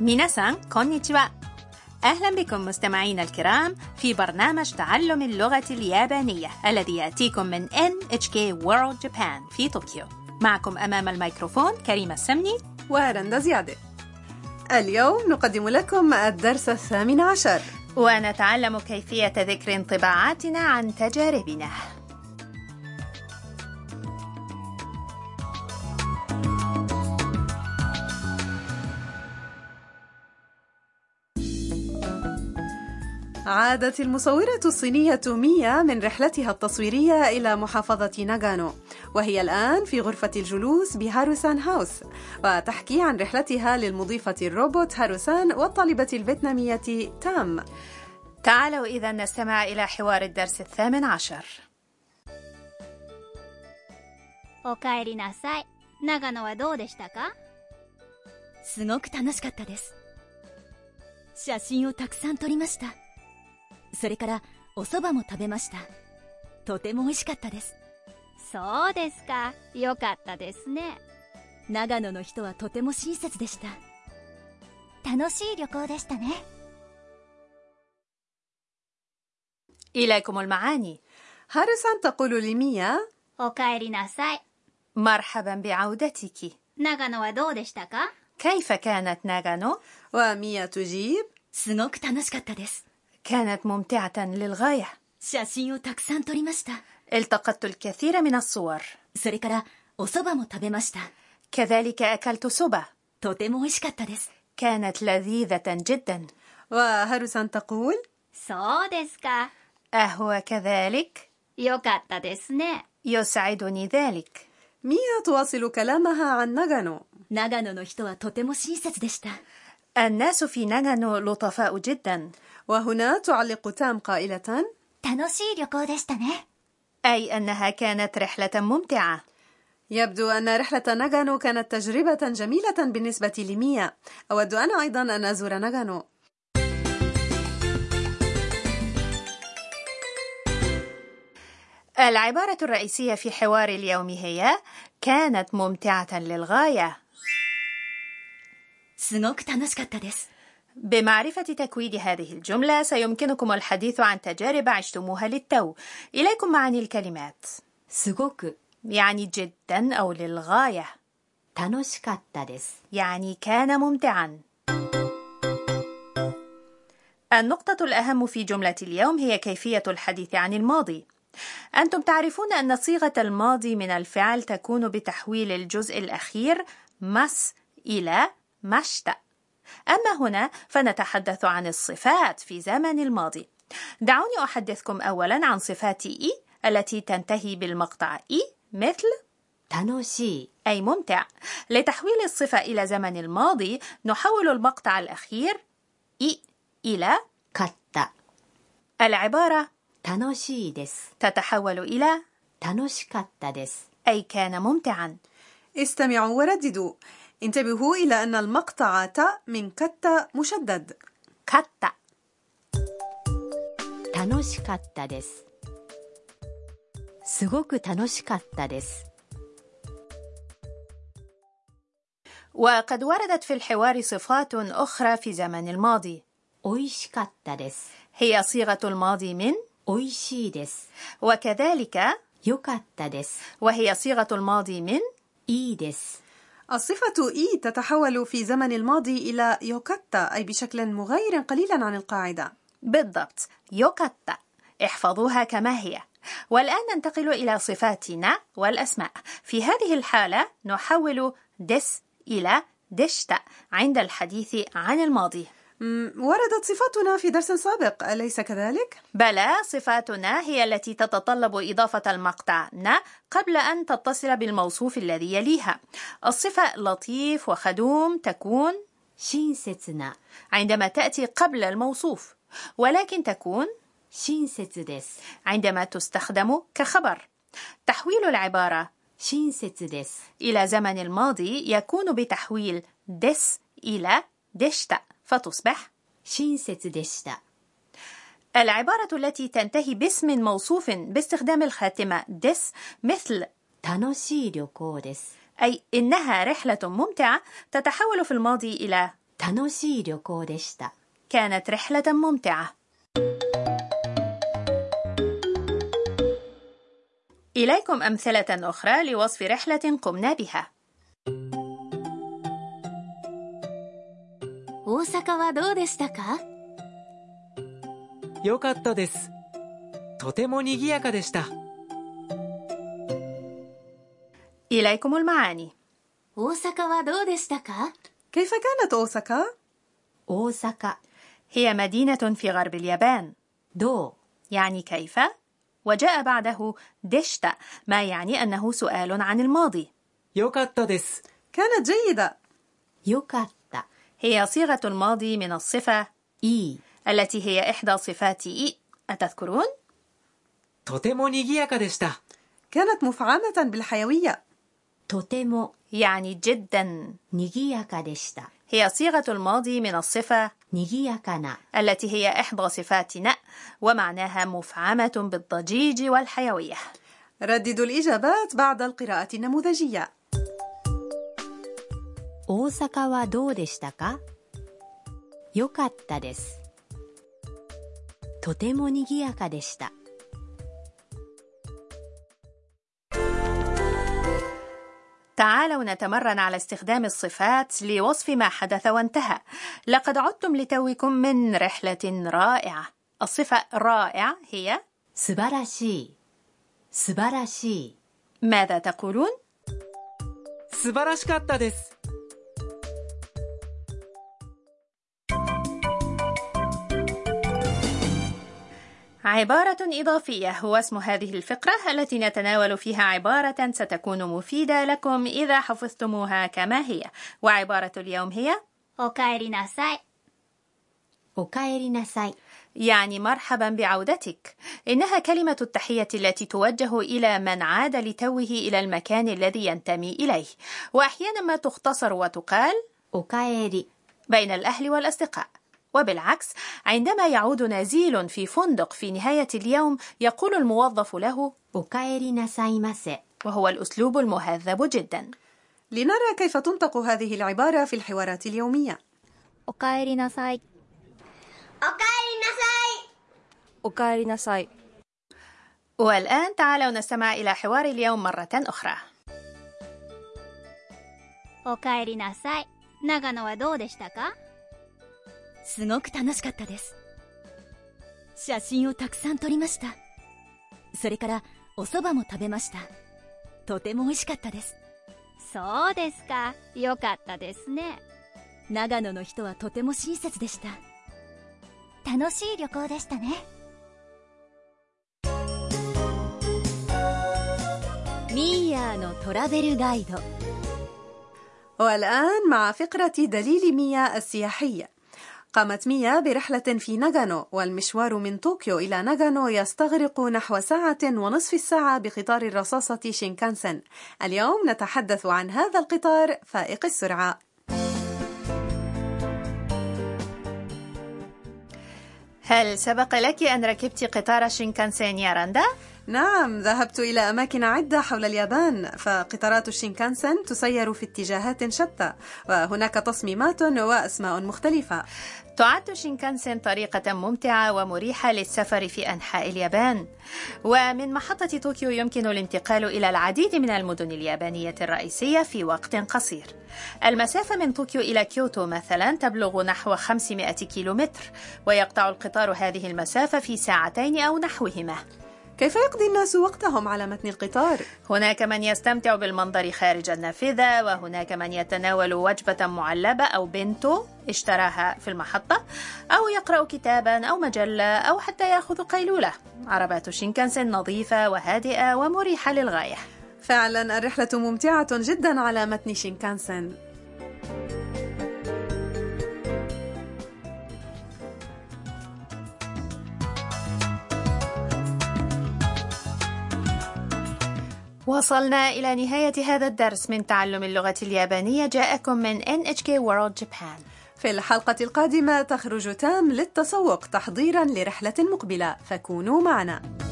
ميناسان كونيتشوا أهلا بكم مستمعينا الكرام في برنامج تعلم اللغة اليابانية الذي يأتيكم من NHK World Japan في طوكيو معكم أمام الميكروفون كريمة السمني ورندا زيادة اليوم نقدم لكم الدرس الثامن عشر ونتعلم كيفية ذكر انطباعاتنا عن تجاربنا عادت المصورة الصينية ميا من رحلتها التصويرية إلى محافظة ناغانو وهي الآن في غرفة الجلوس بهاروسان هاوس وتحكي عن رحلتها للمضيفة الروبوت هاروسان والطالبة الفيتنامية تام تعالوا إذا نستمع إلى حوار الدرس الثامن عشر おかえりなさい長野はどうでしたかすごく楽しかったです写真をたくさん撮りましたそれからお蕎麦も食べましたとても美味しかったですそうですかよかったですね長野の人はとても親切でした楽しい旅行でしたね إليكم المعاني هاروسان تقول لميا おかえりなさい مرحبا بعودتك 長野はどうでしたか كيف كانت ناغانو؟ وميا تجيب すごく楽しかったです كانت ممتعة للغاية 写真をたくさん撮りました التقطت الكثير من الصور それからお蕎麦も食べました كذلك أكلت سوبا とても美味しかったです كانت لذيذة جدا وهاروسان تقول そうですか أهو كذلك؟ よかったですね يسعدني ذلك ميا تواصل كلامها عن ناغانو 長野の人はとても親切でした الناس في ناغانو لطفاء جدا وهنا تعلق تام قائلة 楽しい旅行でしたね أي أنها كانت رحلة ممتعة يبدو أن رحلة ناغانو كانت تجربة جميلة بالنسبة لميا أود أنا أيضا أن أزور ناغانو العبارة الرئيسية في حوار اليوم هي كانت ممتعة للغاية すごく楽しかったです بمعرفة تكويد هذه الجملة سيمكنكم الحديث عن تجارب عشتموها للتو إليكم معاني الكلمات すごく يعني جدا أو للغاية 楽しかったです يعني كان ممتعا النقطة الأهم في جملة اليوم هي كيفية الحديث عن الماضي أنتم تعرفون أن صيغة الماضي من الفعل تكون بتحويل الجزء الأخير مس إلى مشتا أما هنا فنتحدث عن الصفات في زمن الماضي دعوني أحدثكم أولا عن صفات إي التي تنتهي بالمقطع إي مثل 楽しい أي ممتع لتحويل الصفة إلى زمن الماضي نحول المقطع الأخير إي إلى かった العبارة 楽しいです تتحول إلى 楽しかったです أي كان ممتعا استمعوا ورددوا انتبهوا إلى أن المقطع تاء من كتا مشدد كتا 楽しかったですすごく楽しかったです وقد وردت في الحوار صفات أخرى في زمن الماضي 美味しかったです هي صيغة الماضي من 美味しいです وكذلك よかったです وهي صيغة الماضي من いいです الصفة إي تتحول في زمن الماضي إلى يوكتا أي بشكل مغاير قليلا عن القاعدة بالضبط يوكاتا احفظوها كما هي والآن ننتقل إلى صفاتنا والأسماء في هذه الحالة نحول دس إلى دشتا عند الحديث عن الماضي مم، وردت صفاتنا في درس سابق أليس كذلك؟ بلى صفاتنا هي التي تتطلب إضافة المقطع ن قبل أن تتصل بالموصوف الذي يليها الصفة لطيف وخدوم تكون 親切な عندما تأتي قبل الموصوف ولكن تكون 親切です عندما تستخدم كخبر تحويل العبارة 親切です إلى زمن الماضي يكون بتحويل دس إلى دشتا فتصبح 親切でした العبارة التي تنتهي باسم موصوف باستخدام الخاتمة دس مثل 楽しい旅行です أي إنها رحلة ممتعة تتحول في الماضي إلى 楽しい旅行でした。 كانت رحلة ممتعة. إليكم أمثلة أخرى لوصف رحلة قمنا بها. 大阪はどうでしたか良かったです。とても賑やかでした。 إليكم المعاني. 大阪はどうでしたか كيف كانت أوساكا؟ 大阪、 هي مدينة في غرب اليابان، ど يعني كيف؟ وجاء بعده دشتا، ما يعني أنه سؤال عن الماضي. 良かったです。 كانت جيدة う、よかった、 هي صيغة الماضي من الصفة いい、 التي هي إحدى صفات إي. أتذكرون؟ とても賑やかでした。 كانت مفعمة بالحيوية とても يعني جدا. 賑やかでした。 هي صيغة الماضي من الصفة 賑やかな、 التي هي إحدى صفات ن ومعناها مفعمة بالضجيج والحيوية رددوا الإجابات بعد القراءة النموذجية 大阪はどうでしたかよかったです。とても賑やかでした。 تعالوا نتمرن على استخدام الصفات لوصف ما حدث وانتهى لقد عدتم لتوكم من رحلة رائعة الصفة رائع هي 素晴らしい、素晴らしい、 ماذا تقولون؟ 素晴らしかったです。 عبارة إضافية هو اسم هذه الفقرة التي نتناول فيها عبارة ستكون مفيدة لكم إذا حفظتموها كما هي وعبارة اليوم هي おかえりなさいおかえりなさい、 يعني مرحبا بعودتك انها كلمه التحيه التي توجه الى من عاد لتوه الى المكان الذي ينتمي اليه واحيانا ما تختصر وتقال おかえり、 بين الاهل والاصدقاء وبالعكس عندما يعود نزيل في فندق في نهايه اليوم يقول الموظف له おかえりなさいませ。 وهو الاسلوب المهذب جدا لنرى كيف تنطق هذه العبارة في الحوارات اليومية おかえりなさいおかえりなさい والان تعالوا نستمع الى حوار اليوم مره اخرى おかえりなさい長野はどうでしたかすごく楽しかったです写真をたくさん撮りましたそれからお蕎麦も食べましたとても美味しかったですそうですかよかったですね長野の人はとても親切でした楽しい旅行でしたねミーヤーのトラベルガイド والآن مع فقرة دليل ميا السياحية قامت ميا برحلة في ناغانو والمشوار من طوكيو إلى ناغانو يستغرق نحو ساعة ونصف الساعة بقطار الرصاصة شينكانسن اليوم نتحدث عن هذا القطار فائق السرعة هل سبق لك ان ركبت قطار شينكانسين يا رندا نعم ذهبت إلى أماكن عدة حول اليابان فقطارات الشينكانسن تسير في اتجاهات شتى وهناك تصميمات وأسماء مختلفة تعد شينكانسن طريقة ممتعة ومريحة للسفر في أنحاء اليابان ومن محطة طوكيو يمكن الانتقال إلى العديد من المدن اليابانية الرئيسية في وقت قصير المسافة من طوكيو إلى كيوتو مثلا تبلغ نحو 500 كيلومتر ويقطع القطار هذه المسافة في ساعتين أو نحوهما كيف يقضي الناس وقتهم على متن القطار؟ هناك من يستمتع بالمنظر خارج النافذة وهناك من يتناول وجبة معلبة أو بنتو اشتراها في المحطة أو يقرأ كتابا أو مجلة أو حتى يأخذ قيلولة عربات شينكانسن نظيفة وهادئة ومريحة للغاية فعلا الرحلة ممتعة جدا على متن شينكانسن وصلنا إلى نهاية هذا الدرس من تعلم اللغة اليابانية جاءكم من NHK World Japan في الحلقة القادمة تخرج تام للتسوق تحضيرا لرحلة مقبلة فكونوا معنا